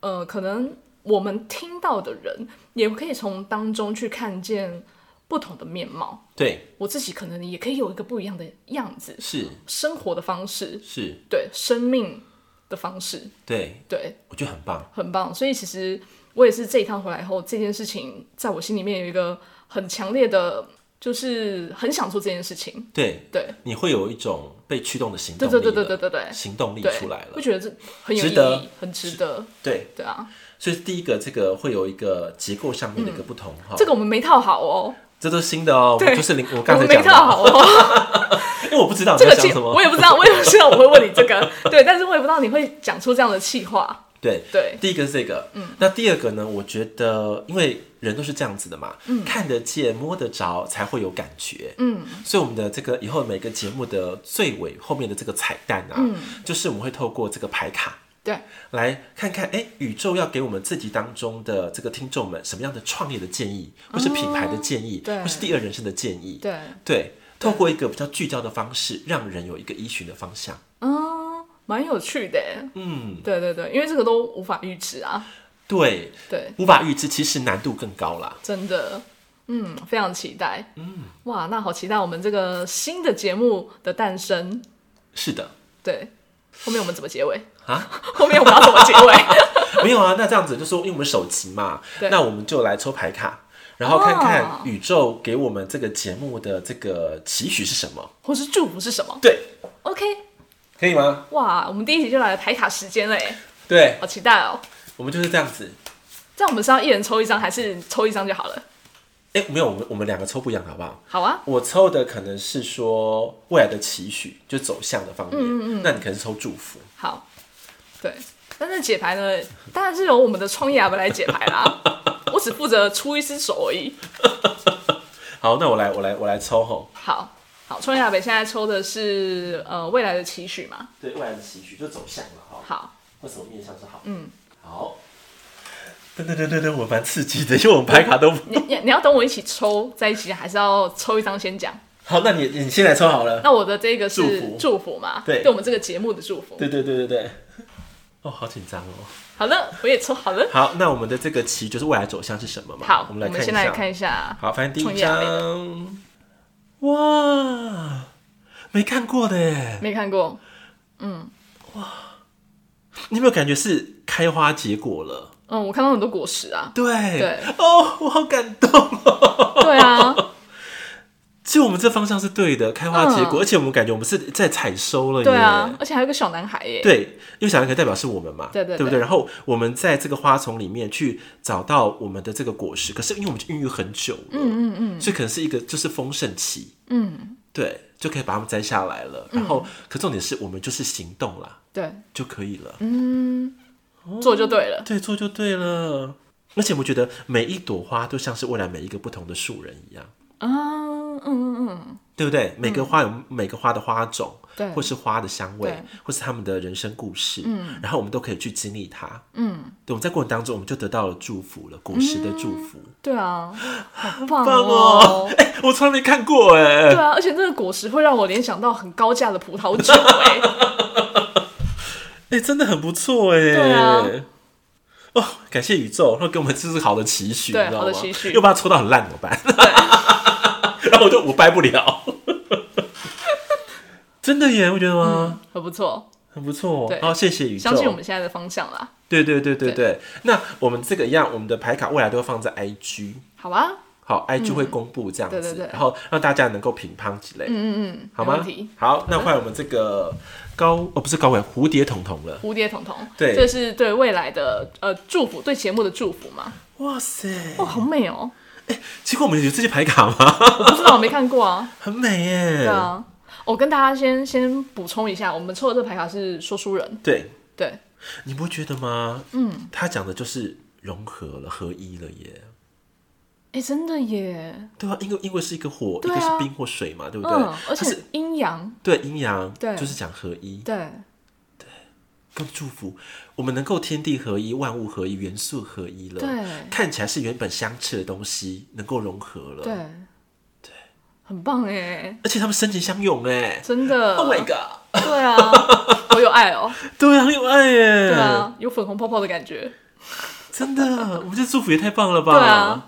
[SPEAKER 2] 呃，可能我们听到的人也可以从当中去看见不同的面貌。
[SPEAKER 1] 对，
[SPEAKER 2] 我自己可能也可以有一个不一样的样子，
[SPEAKER 1] 是
[SPEAKER 2] 生活的方式，
[SPEAKER 1] 是，
[SPEAKER 2] 对生命的方式，
[SPEAKER 1] 对，
[SPEAKER 2] 对，
[SPEAKER 1] 我觉得很棒。
[SPEAKER 2] 很棒。所以其实我也是这一趟回来后，这件事情在我心里面有一个很强烈的，就是很想做这件事情。
[SPEAKER 1] 对，
[SPEAKER 2] 对，
[SPEAKER 1] 你会有一种被驱动的行
[SPEAKER 2] 对
[SPEAKER 1] 动力
[SPEAKER 2] 对
[SPEAKER 1] 了，
[SPEAKER 2] 对对对对对，
[SPEAKER 1] 行动力
[SPEAKER 2] 对，
[SPEAKER 1] 出来了
[SPEAKER 2] 会。觉得这很有
[SPEAKER 1] 值
[SPEAKER 2] 意
[SPEAKER 1] 得
[SPEAKER 2] 义，很值得。
[SPEAKER 1] 对，
[SPEAKER 2] 对啊，
[SPEAKER 1] 所以第一个这个会有一个结构上面的一个不同哈、
[SPEAKER 2] 嗯这个我们没套好哦，
[SPEAKER 1] 这都是新的哦，我们就是零，我
[SPEAKER 2] 我
[SPEAKER 1] 刚才
[SPEAKER 2] 们没
[SPEAKER 1] 讲
[SPEAKER 2] 套
[SPEAKER 1] 的，
[SPEAKER 2] 好哦。
[SPEAKER 1] 因 [LAUGHS] 为我不知道你
[SPEAKER 2] 这
[SPEAKER 1] 要
[SPEAKER 2] 个
[SPEAKER 1] 讲
[SPEAKER 2] 气
[SPEAKER 1] 什么
[SPEAKER 2] 我。也不知道，我也不知道我会问
[SPEAKER 1] [LAUGHS]
[SPEAKER 2] 你这个，对，但是我也不知道你会讲出这样的气话。
[SPEAKER 1] 对，
[SPEAKER 2] 对，
[SPEAKER 1] 第一个是这个，嗯，那第二个呢？我觉得，因为人都是这样子的嘛，嗯，看得见、摸得着，才会有感觉，
[SPEAKER 2] 嗯，
[SPEAKER 1] 所以我们的这个以后每个节目的最尾后面的这个彩蛋啊，
[SPEAKER 2] 嗯
[SPEAKER 1] 就是我们会透过这个牌卡。
[SPEAKER 2] 对，
[SPEAKER 1] 来看看，哎，宇宙要给我们自己当中的这个听众们什么样的创业的建议，或是品牌的建议，
[SPEAKER 2] 哦对
[SPEAKER 1] 或是第二人生的建议，
[SPEAKER 2] 对，
[SPEAKER 1] 对，透过一个比较聚焦的方式，让人有一个依循的方向。
[SPEAKER 2] 嗯，蛮有趣的耶。
[SPEAKER 1] 嗯，
[SPEAKER 2] 对对对，因为这个都无法预知啊。
[SPEAKER 1] 对，
[SPEAKER 2] 对，
[SPEAKER 1] 无法预知，其实难度更高啦。
[SPEAKER 2] 真的，嗯，非常期待。嗯，哇，那好期待我们这个新的节目的诞生。
[SPEAKER 1] 是的，
[SPEAKER 2] 对，后面我们怎么结尾
[SPEAKER 1] 啊？
[SPEAKER 2] [LAUGHS] 后面我们要怎么结尾？
[SPEAKER 1] 没有啊，那这样子就说，因为我们首集嘛
[SPEAKER 2] [LAUGHS] 对，
[SPEAKER 1] 那我们就来抽牌卡，然后看
[SPEAKER 2] 哦
[SPEAKER 1] 看宇宙给我们这个节目的这个期许是什么。
[SPEAKER 2] 或是祝福是什么
[SPEAKER 1] 对，
[SPEAKER 2] ？OK，
[SPEAKER 1] 可以吗？
[SPEAKER 2] 哇，我们第一集就来了牌卡时间了耶，
[SPEAKER 1] 对，
[SPEAKER 2] 好期待哦！
[SPEAKER 1] 我们就是这样子。
[SPEAKER 2] 这样我们是要一人抽一张，还是抽一张就好了？
[SPEAKER 1] 哎，没有，我们我们两个抽不一样，好不好？
[SPEAKER 2] 好啊，
[SPEAKER 1] 我抽的可能是说未来的期许，就走向的方
[SPEAKER 2] 嗯
[SPEAKER 1] 面。那你可能是抽祝福。
[SPEAKER 2] 好，对。但是解牌呢，当然是由我们的创业阿伯来解牌啦，我只负责出一只手而已。
[SPEAKER 1] 好，那我来，我来，我来抽吼。
[SPEAKER 2] 好好，创业阿北现在抽的是呃未来的期许嘛？
[SPEAKER 1] 对未来的期许就走向了哈，
[SPEAKER 2] 好，
[SPEAKER 1] 或什么面向是好。嗯，好。噔噔噔噔噔，我蛮刺激的，因为我们牌卡都不
[SPEAKER 2] 你你你要等我一起抽在一起，还是要抽一张先讲？
[SPEAKER 1] 好。那你你先来抽好了。
[SPEAKER 2] 那我的这个是
[SPEAKER 1] 祝福
[SPEAKER 2] 祝福嘛？
[SPEAKER 1] 对
[SPEAKER 2] 对我们这个节目的祝福。
[SPEAKER 1] 对对对对对。哦，好紧张哦。
[SPEAKER 2] 好了，我也抽好了。
[SPEAKER 1] 好，那我们的这个棋就是未来走向是什么嘛？
[SPEAKER 2] 好，
[SPEAKER 1] 我们来看一
[SPEAKER 2] 先
[SPEAKER 1] 下。
[SPEAKER 2] 来看一下。
[SPEAKER 1] 好，反正第
[SPEAKER 2] 创
[SPEAKER 1] 一
[SPEAKER 2] 业阿北
[SPEAKER 1] 张，哇，没看过的耶。
[SPEAKER 2] 没看过，
[SPEAKER 1] 你有没有感觉是开花结果了？。
[SPEAKER 2] 嗯，我看到很多果实啊
[SPEAKER 1] [LAUGHS] 对
[SPEAKER 2] 对
[SPEAKER 1] 哦，我好感动哦。
[SPEAKER 2] 对啊，
[SPEAKER 1] 其实我们这方向是对的，开花结果，
[SPEAKER 2] 嗯
[SPEAKER 1] 而且我们感觉我们是在采收了耶。
[SPEAKER 2] 对啊，而且还有个小男孩耶。
[SPEAKER 1] 对，因为小蓝可代表是我们嘛，
[SPEAKER 2] 对对
[SPEAKER 1] 不
[SPEAKER 2] 对
[SPEAKER 1] 对？然后我们在这个花丛里面去找到我们的这个果实，可是因为我们孕育很久了，嗯嗯嗯，所以可能是一个就是丰盛期，嗯，对，就可以把它们摘下来了。
[SPEAKER 2] 嗯
[SPEAKER 1] 然后，可重点是我们就是行动啦
[SPEAKER 2] 对
[SPEAKER 1] 就可以了，
[SPEAKER 2] 做就对了。
[SPEAKER 1] 对，做就对了。而且我觉得每一朵花都像是未来每一个不同的树人一样，
[SPEAKER 2] 啊，嗯嗯嗯，
[SPEAKER 1] 对不对？每个花有每个花的花种，
[SPEAKER 2] 对
[SPEAKER 1] 或是花的香味
[SPEAKER 2] 对，
[SPEAKER 1] 或是他们的人生故事，嗯，然后我们都可以去经历它，嗯，对，我们在过程当中，我们就得到了祝福了，果实的祝福，
[SPEAKER 2] 对啊，好
[SPEAKER 1] [LAUGHS]
[SPEAKER 2] 棒
[SPEAKER 1] 棒哦！哎、我从来没看过哎、
[SPEAKER 2] 对啊，而且这个果实会让我联想到很高价的葡萄酒哎、
[SPEAKER 1] 哎、真的很不错哎、
[SPEAKER 2] 对啊
[SPEAKER 1] 哦，感谢宇宙，然后给我们这是好的期许，
[SPEAKER 2] 对
[SPEAKER 1] 你知道
[SPEAKER 2] 好的
[SPEAKER 1] 吗？
[SPEAKER 2] 期许
[SPEAKER 1] 又把它抽到很烂怎么办？ [LAUGHS] 然后我就我掰不了， [LAUGHS] 真的耶，不觉得吗？
[SPEAKER 2] [LAUGHS] 很不错，
[SPEAKER 1] 很不错
[SPEAKER 2] 嗯
[SPEAKER 1] 哦
[SPEAKER 2] 对，
[SPEAKER 1] 好，谢谢宇宙，
[SPEAKER 2] 相信我们现在的方向啦。
[SPEAKER 1] 对对对对
[SPEAKER 2] 对
[SPEAKER 1] 对。那我们这个一样，我们的牌卡未来都会放在 IG，
[SPEAKER 2] 好啊，
[SPEAKER 1] 好，IG 会公布这样子，
[SPEAKER 2] 对对对
[SPEAKER 1] 然后让大家能够评判之类，嗯
[SPEAKER 2] 嗯嗯，
[SPEAKER 1] 好
[SPEAKER 2] 没
[SPEAKER 1] 吗
[SPEAKER 2] 问题？。
[SPEAKER 1] 好，那换我们这个高哦，不是高伟蝴蝶彤彤了。
[SPEAKER 2] 蝴蝶彤彤，
[SPEAKER 1] 对
[SPEAKER 2] 这是对未来的呃祝福，对节目的祝福嘛。
[SPEAKER 1] 哇塞，
[SPEAKER 2] 哇，好美哦！
[SPEAKER 1] 结果我们有这些牌卡吗？
[SPEAKER 2] 我不知道，我没看过啊。
[SPEAKER 1] [LAUGHS] 很美耶。
[SPEAKER 2] [LAUGHS] 对啊，我跟大家先先补充一下，我们抽的这牌卡是说书人，
[SPEAKER 1] 对
[SPEAKER 2] 对，
[SPEAKER 1] 你不觉得吗？嗯，他讲的就是融合了、合一了耶。
[SPEAKER 2] 哎、真的耶，
[SPEAKER 1] 对啊，因为因为是一个火，一
[SPEAKER 2] 对啊
[SPEAKER 1] 个是冰或水嘛，对不对？
[SPEAKER 2] 嗯，而
[SPEAKER 1] 它是
[SPEAKER 2] 且阴阳，
[SPEAKER 1] 对阴阳，
[SPEAKER 2] 对
[SPEAKER 1] 就是讲合一，
[SPEAKER 2] 对，
[SPEAKER 1] 更祝福我们能够天地合一、万物合一、元素合一了。
[SPEAKER 2] 对
[SPEAKER 1] 看起来是原本相斥的东西能够融合了。
[SPEAKER 2] 对，对，很棒哎，
[SPEAKER 1] 而且他们深情相拥哎
[SPEAKER 2] 真的 [LAUGHS]
[SPEAKER 1] ，Oh my god！
[SPEAKER 2] 对啊，好有爱哦，
[SPEAKER 1] 对啊，很有爱耶，
[SPEAKER 2] [LAUGHS] 对啊，有粉红泡泡的感觉，
[SPEAKER 1] 真的，我们这祝福也太棒了吧？
[SPEAKER 2] 对啊，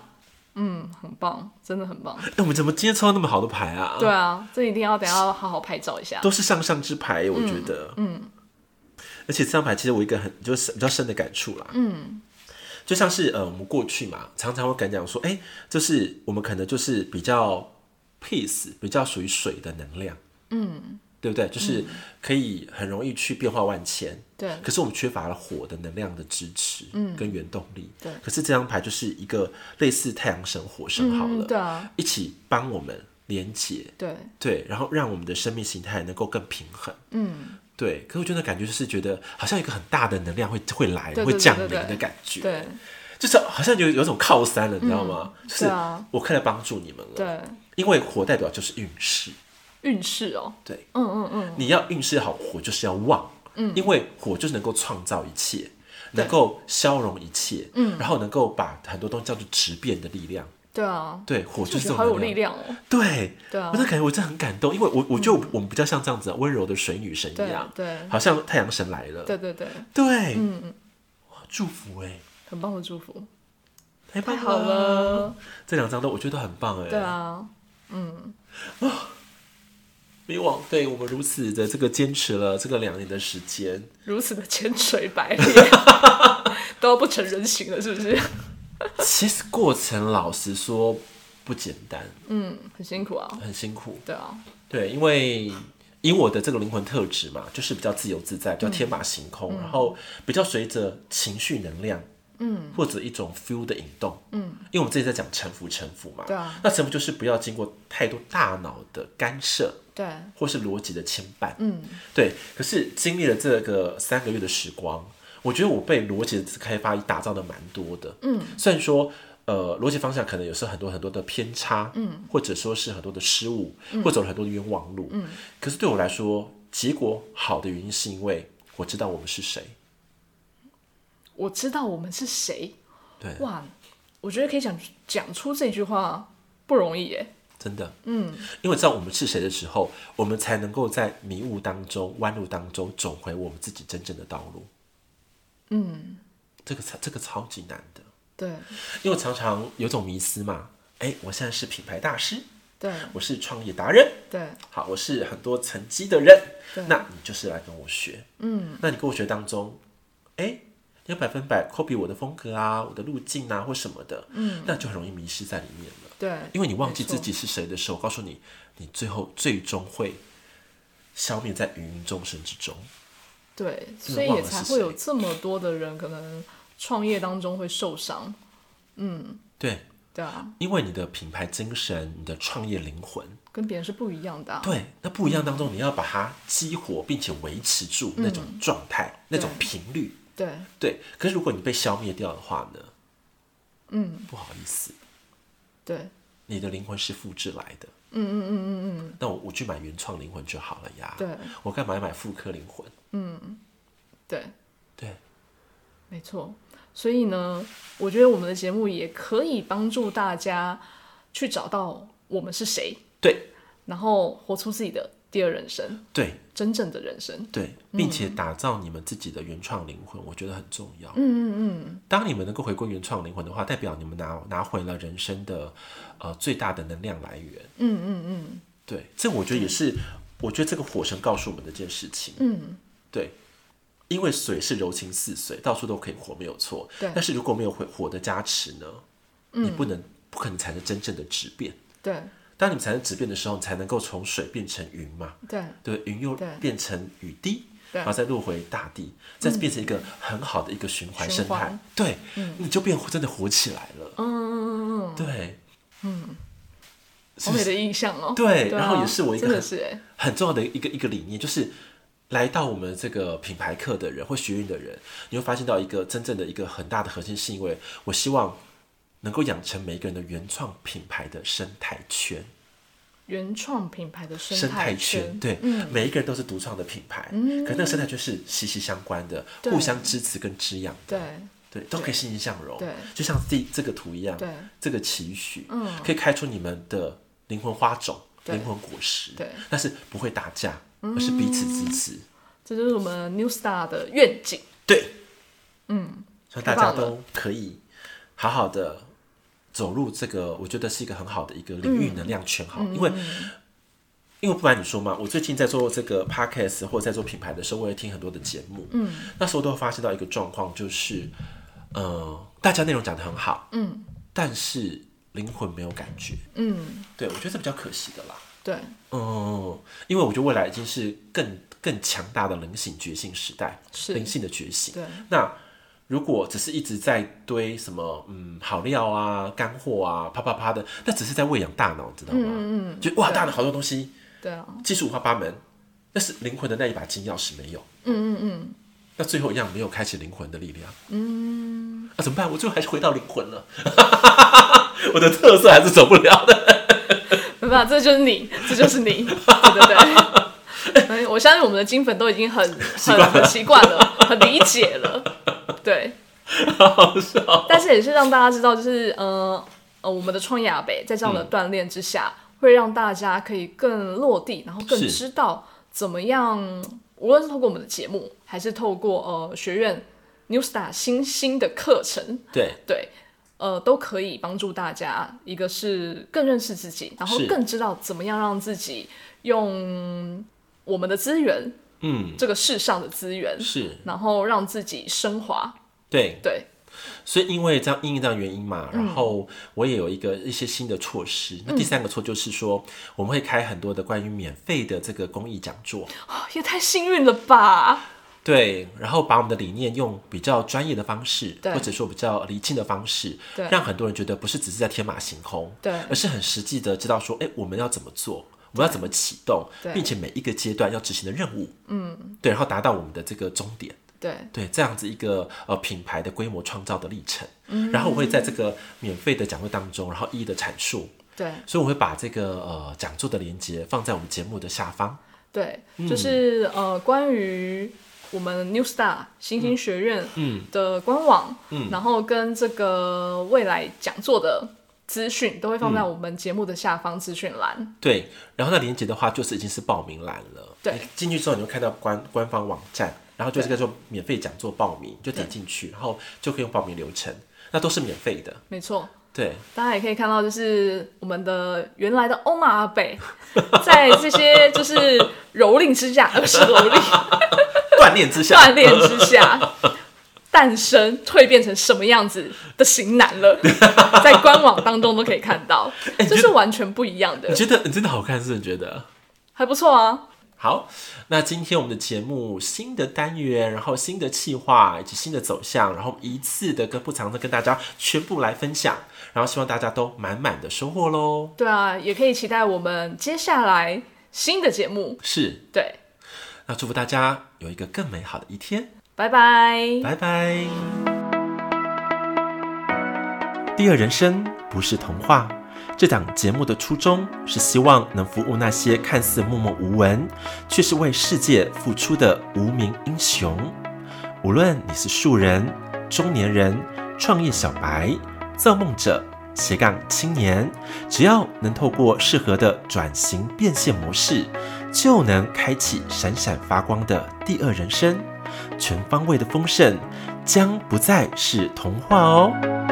[SPEAKER 2] 嗯，很棒，真的很棒，
[SPEAKER 1] 哎，我们怎么今天抽到那么好的牌啊？
[SPEAKER 2] 对啊，这一定要等一下好好拍照一下，
[SPEAKER 1] 都是上上之牌，我觉得，嗯。而且这张牌其实我有一个很就是比较深的感触啦，嗯，就像是呃我们过去嘛，常常会敢讲说，哎、就是我们可能就是比较 peace，比较属于水的能量，嗯，对不对？就是可以很容易去变化万千，
[SPEAKER 2] 对
[SPEAKER 1] 可是我们缺乏了火的能量的支持，嗯，跟原动力，
[SPEAKER 2] 对
[SPEAKER 1] 可是这张牌就是一个类似太阳神、火神好了，
[SPEAKER 2] 嗯对啊，
[SPEAKER 1] 一起帮我们连接，
[SPEAKER 2] 对，
[SPEAKER 1] 对，然后让我们的生命形态能够更平衡。
[SPEAKER 2] 嗯，
[SPEAKER 1] 对，可是我觉得感觉就是觉得好像有一个很大的能量会会来，
[SPEAKER 2] 对对
[SPEAKER 1] 会降临
[SPEAKER 2] 对对
[SPEAKER 1] 的感觉，
[SPEAKER 2] 对，
[SPEAKER 1] 就是好像有有一种靠山了，你知道吗？就是
[SPEAKER 2] 对啊
[SPEAKER 1] 我看来帮助你们了，
[SPEAKER 2] 对，
[SPEAKER 1] 因为火代表就是运势，
[SPEAKER 2] 运势哦，
[SPEAKER 1] 对，
[SPEAKER 2] 嗯嗯嗯，
[SPEAKER 1] 你要运势好，火就是要旺，嗯，因为火就是能够创造一切，能够消融一切，嗯，然后能够把很多东西叫做质变的力量，
[SPEAKER 2] 对啊，
[SPEAKER 1] 对，火
[SPEAKER 2] 就
[SPEAKER 1] 就是这
[SPEAKER 2] 觉得
[SPEAKER 1] 种
[SPEAKER 2] 好有
[SPEAKER 1] 能
[SPEAKER 2] 力量哦，
[SPEAKER 1] 对，
[SPEAKER 2] 对啊嗯
[SPEAKER 1] 我真的感觉我真的很感动，因为我我觉得我们比较像这样子啊温柔的水女神一样，
[SPEAKER 2] 对对
[SPEAKER 1] 好像太阳神来了，
[SPEAKER 2] 对对对，
[SPEAKER 1] 对，嗯，哇，祝福哎、
[SPEAKER 2] 很棒的祝福，
[SPEAKER 1] 太棒
[SPEAKER 2] 太好
[SPEAKER 1] 了，
[SPEAKER 2] 了，
[SPEAKER 1] 这两张都我觉得都很棒哎、
[SPEAKER 2] 对，啊，
[SPEAKER 1] 迷惘啊对我们如此的这个坚持了这个两年的时间，
[SPEAKER 2] 如此的千锤百炼，
[SPEAKER 1] [LAUGHS]
[SPEAKER 2] 都要不成人形了，是不是？
[SPEAKER 1] 其实过程老实说不简单，
[SPEAKER 2] 嗯，很辛苦啊，
[SPEAKER 1] 很辛苦，
[SPEAKER 2] 对啊，
[SPEAKER 1] 对，因为以我的这个灵魂特质嘛，就是比较自由自在，比较天马行空，然后比较随着情绪能量，嗯，或者一种 feel 的引动，嗯，因为我们自己在讲臣服，臣服嘛，
[SPEAKER 2] 对啊
[SPEAKER 1] 那臣服就是不要经过太多大脑的干涉
[SPEAKER 2] 对，
[SPEAKER 1] 或是逻辑的牵绊，
[SPEAKER 2] 嗯，
[SPEAKER 1] 对。可是经历了这个三个月的时光，我觉得我被逻辑的开发打造的蛮多的，嗯，虽然说。呃，逻辑方向可能有时候很多很多的偏差，嗯，或者说是很多的失误，或走了很多的冤枉路，嗯，可是对我来说，结果好的原因是因为我知道我们是谁，
[SPEAKER 2] 我知道我们是谁，
[SPEAKER 1] 对，
[SPEAKER 2] 哇，我觉得可以讲讲出这句话不容易耶，
[SPEAKER 1] 真的，嗯，因为知道我们是谁的时候，我们才能够在迷雾当中、弯路当中走回我们自己真正的道路。嗯，这个超这个超级难的，
[SPEAKER 2] 对
[SPEAKER 1] 因为我常常有种迷思嘛，哎，我现在是品牌大师，
[SPEAKER 2] 对
[SPEAKER 1] 我是创业达人，
[SPEAKER 2] 对
[SPEAKER 1] 好，我是很多成绩的人
[SPEAKER 2] 对，
[SPEAKER 1] 那你就是来跟我学，嗯，那你跟我学当中，哎，你要百分百 copy 我的风格啊，我的路径啊，或什么的，嗯，那就很容易迷失在里面了。
[SPEAKER 2] 对，
[SPEAKER 1] 因为你忘记
[SPEAKER 2] 没错
[SPEAKER 1] 自己是谁的时候，我告诉你，你最后最终会消灭在芸芸众生之中。
[SPEAKER 2] 对，
[SPEAKER 1] 真的
[SPEAKER 2] 所以
[SPEAKER 1] 忘
[SPEAKER 2] 也
[SPEAKER 1] 了
[SPEAKER 2] 才
[SPEAKER 1] 是
[SPEAKER 2] 会有
[SPEAKER 1] 谁
[SPEAKER 2] 这么多的人可能创业当中会受伤，
[SPEAKER 1] 对，
[SPEAKER 2] 对啊，
[SPEAKER 1] 因为你的品牌精神、你的创业灵魂，
[SPEAKER 2] 跟别人是不一样的、啊，
[SPEAKER 1] 对，那不一样当中，你要把它激活，并且维持住那种状态、那种频率。
[SPEAKER 2] 对
[SPEAKER 1] 对，可是如果你被消灭掉的话呢？嗯，不好意思，
[SPEAKER 2] 对
[SPEAKER 1] 你的灵魂是复制来的。嗯嗯嗯嗯嗯。那我我去买原创灵魂就好了呀。
[SPEAKER 2] 对，
[SPEAKER 1] 我干嘛要买复刻灵魂？
[SPEAKER 2] 对，
[SPEAKER 1] 对，
[SPEAKER 2] 没错。所以呢，我觉得我们的节目也可以帮助大家去找到我们是谁，
[SPEAKER 1] 对，
[SPEAKER 2] 然后活出自己的第二人生，
[SPEAKER 1] 对，
[SPEAKER 2] 真正的人生。
[SPEAKER 1] 对，并且打造你们自己的原创灵魂，我觉得很重要。嗯嗯嗯。当你们能够回归原创灵魂的话，代表你们拿拿回了人生的呃最大的能量来源。嗯嗯嗯。对，这我觉得也是，我觉得这个火神告诉我们的一件事情。嗯。对。因为水是柔情似水，到处都可以火，没有错。
[SPEAKER 2] 对
[SPEAKER 1] 但是如果没有火火的加持呢，你不能不可能产生真正的质变。
[SPEAKER 2] 对
[SPEAKER 1] 当你们产生质变的时候，你才能够从水变成云嘛。
[SPEAKER 2] 对
[SPEAKER 1] 对，云又
[SPEAKER 2] 对
[SPEAKER 1] 变成雨滴，
[SPEAKER 2] 对嗯
[SPEAKER 1] 然后再落回大地，再变成一个很好的一个循环
[SPEAKER 2] 循
[SPEAKER 1] 生态
[SPEAKER 2] 环。
[SPEAKER 1] 对，你就变真的活起来了。
[SPEAKER 2] 嗯嗯嗯嗯，
[SPEAKER 1] 对，
[SPEAKER 2] 好美的印象哦。
[SPEAKER 1] 对
[SPEAKER 2] 啊
[SPEAKER 1] 然后也是我一个
[SPEAKER 2] 真的
[SPEAKER 1] 很
[SPEAKER 2] 是哎，
[SPEAKER 1] 很重要的一个一个理念就是。来到我们这个品牌课的人或学院的人，你会发现到一个真正的一个很大的核心，是因为我希望能够养成每一个人的原创品牌的生态圈。
[SPEAKER 2] 原创品牌的
[SPEAKER 1] 生
[SPEAKER 2] 生
[SPEAKER 1] 态
[SPEAKER 2] 圈
[SPEAKER 1] 圈，，
[SPEAKER 2] 嗯
[SPEAKER 1] 对，每一个人都是独创的品牌，可那个生态圈是息息相关的，
[SPEAKER 2] 对
[SPEAKER 1] 互相支持跟滋养，
[SPEAKER 2] 对
[SPEAKER 1] 对，都可以欣欣向荣，
[SPEAKER 2] 对
[SPEAKER 1] 就像第这个图一样，
[SPEAKER 2] 对
[SPEAKER 1] 这个期许，
[SPEAKER 2] 嗯
[SPEAKER 1] 可以开出你们的灵魂花种、
[SPEAKER 2] 对
[SPEAKER 1] 灵魂果实，
[SPEAKER 2] 对嗯
[SPEAKER 1] 但是不会打架，而是彼此支持，
[SPEAKER 2] 这就是我们 New Star 的愿景。
[SPEAKER 1] 对，嗯，希望大家
[SPEAKER 2] 太棒了
[SPEAKER 1] 都可以好好的走入这个，我觉得是一个很好的一个领域能量圈
[SPEAKER 2] 嗯
[SPEAKER 1] 哈，因为。因为不瞒你说嘛，我最近在做这个 podcast 或者在做品牌的时候，我也听很多的节目，嗯，那时候都会发现到一个状况，就是，呃，大家内容讲得很好，
[SPEAKER 2] 嗯，
[SPEAKER 1] 但是灵魂没有感觉，
[SPEAKER 2] 嗯，
[SPEAKER 1] 对我觉得这比较可惜的啦，
[SPEAKER 2] 对，
[SPEAKER 1] 哦，因为我觉得未来已经是更更强大的灵性觉醒时代，
[SPEAKER 2] 是
[SPEAKER 1] 灵性的觉醒。
[SPEAKER 2] 对，
[SPEAKER 1] 那如果只是一直在堆什么嗯好料啊、干货啊、啪啪啪的，那只是在喂养大脑，你知道吗？嗯嗯就哇，大脑好多东西，
[SPEAKER 2] 对啊，
[SPEAKER 1] 技术五花八门，但是灵魂的那一把金钥匙没有。嗯嗯嗯。那最后一样没有开启灵魂的力量。嗯。那、怎么办？我最后还是回到灵魂了， [LAUGHS] 我的特色还是走不了的。
[SPEAKER 2] [LAUGHS] 没办法，这就是你，这就是你， [LAUGHS] 对对对。哎我相信我们的金粉都已经很很很习惯了，很理解了，对。好笑。但是也是让大家知道，就是呃呃，我们的创业阿北在这样的锻炼之下，会让大家可以更落地，然后更
[SPEAKER 1] 是
[SPEAKER 2] 知道怎么样，无论是透过我们的节目，还是透过呃学院 New Star 新兴的课程，
[SPEAKER 1] 对，
[SPEAKER 2] 对，呃，都可以帮助大家。一个是更认识自己，然后
[SPEAKER 1] 是
[SPEAKER 2] 更知道怎么样让自己用我们的资源，
[SPEAKER 1] 嗯，
[SPEAKER 2] 这个世上的资源，
[SPEAKER 1] 是
[SPEAKER 2] 然后让自己升华。
[SPEAKER 1] 对。
[SPEAKER 2] 对，
[SPEAKER 1] 所以因为这样因应这样原因嘛，
[SPEAKER 2] 嗯
[SPEAKER 1] 然后我也有一个一些新的措施。那第三个措就是说，我们会开很多的关于免费的这个公益讲座，
[SPEAKER 2] 哦也太幸运了吧！
[SPEAKER 1] 对，然后把我们的理念用比较专业的方式，
[SPEAKER 2] 对
[SPEAKER 1] 或者说比较理性的方式
[SPEAKER 2] 对，
[SPEAKER 1] 让很多人觉得不是只是在天马行空，
[SPEAKER 2] 对
[SPEAKER 1] 而是很实际的知道说，哎，我们要怎么做。我们要怎么启动
[SPEAKER 2] 对，
[SPEAKER 1] 并且每一个阶段要执行的任务，嗯，对，然后达到我们的这个终点。
[SPEAKER 2] 对，
[SPEAKER 1] 对这样子一个呃品牌的规模创造的历程，
[SPEAKER 2] 嗯
[SPEAKER 1] 然后我会在这个免费的讲座当中，然后一一的阐述，
[SPEAKER 2] 对，
[SPEAKER 1] 所以我会把这个呃讲座的连接放在我们节目的下方，
[SPEAKER 2] 对，
[SPEAKER 1] 嗯
[SPEAKER 2] 就是、呃，关于我们 New Star
[SPEAKER 1] 嗯
[SPEAKER 2] 新兴学院的官网，然后跟这个未来讲座的资讯都会放在
[SPEAKER 1] 嗯
[SPEAKER 2] 我们节目的下方资讯栏。
[SPEAKER 1] 对，然后那连接的话就是已经是报名栏了，
[SPEAKER 2] 对
[SPEAKER 1] 你进去之后你会看到官官方网站，然后就是叫做免费讲座报名，就点进去，然后就可以用报名流程，那都是免费的，
[SPEAKER 2] 没错，
[SPEAKER 1] 对，
[SPEAKER 2] 大家也可以看到，就是我们的原来的欧马阿北， [LAUGHS] 在这些就是蹂躏之下，呃不是蹂躏
[SPEAKER 1] 锻炼之下，
[SPEAKER 2] [LAUGHS] 锻炼之
[SPEAKER 1] [LAUGHS]
[SPEAKER 2] 下，诞生蜕变成什么样子的型男了， [LAUGHS] 在官网当中都可以看到，
[SPEAKER 1] 哎
[SPEAKER 2] 这是完全不一样的
[SPEAKER 1] 你，觉得你真的好看是不是？你觉得？
[SPEAKER 2] 还不错啊。
[SPEAKER 1] 好，那今天我们的节目新的单元，然后新的企划以及新的走向，然后一次的跟不常的跟大家全部来分享，然后希望大家都满满的收获喽。
[SPEAKER 2] 对啊，也可以期待我们接下来新的节目。
[SPEAKER 1] 是，
[SPEAKER 2] 对，
[SPEAKER 1] 那祝福大家有一个更美好的一天，
[SPEAKER 2] 拜拜。
[SPEAKER 1] 拜拜。第二人生不是童话。这档节目的初衷是希望能服务那些看似默默无闻，却是为世界付出的无名英雄。无论你是素人、中年人、创业小白、造梦者、斜杠青年，只要能透过适合的转型变现模式，就能开启闪闪发光的第二人生。全方位的丰盛将不再是童话哦。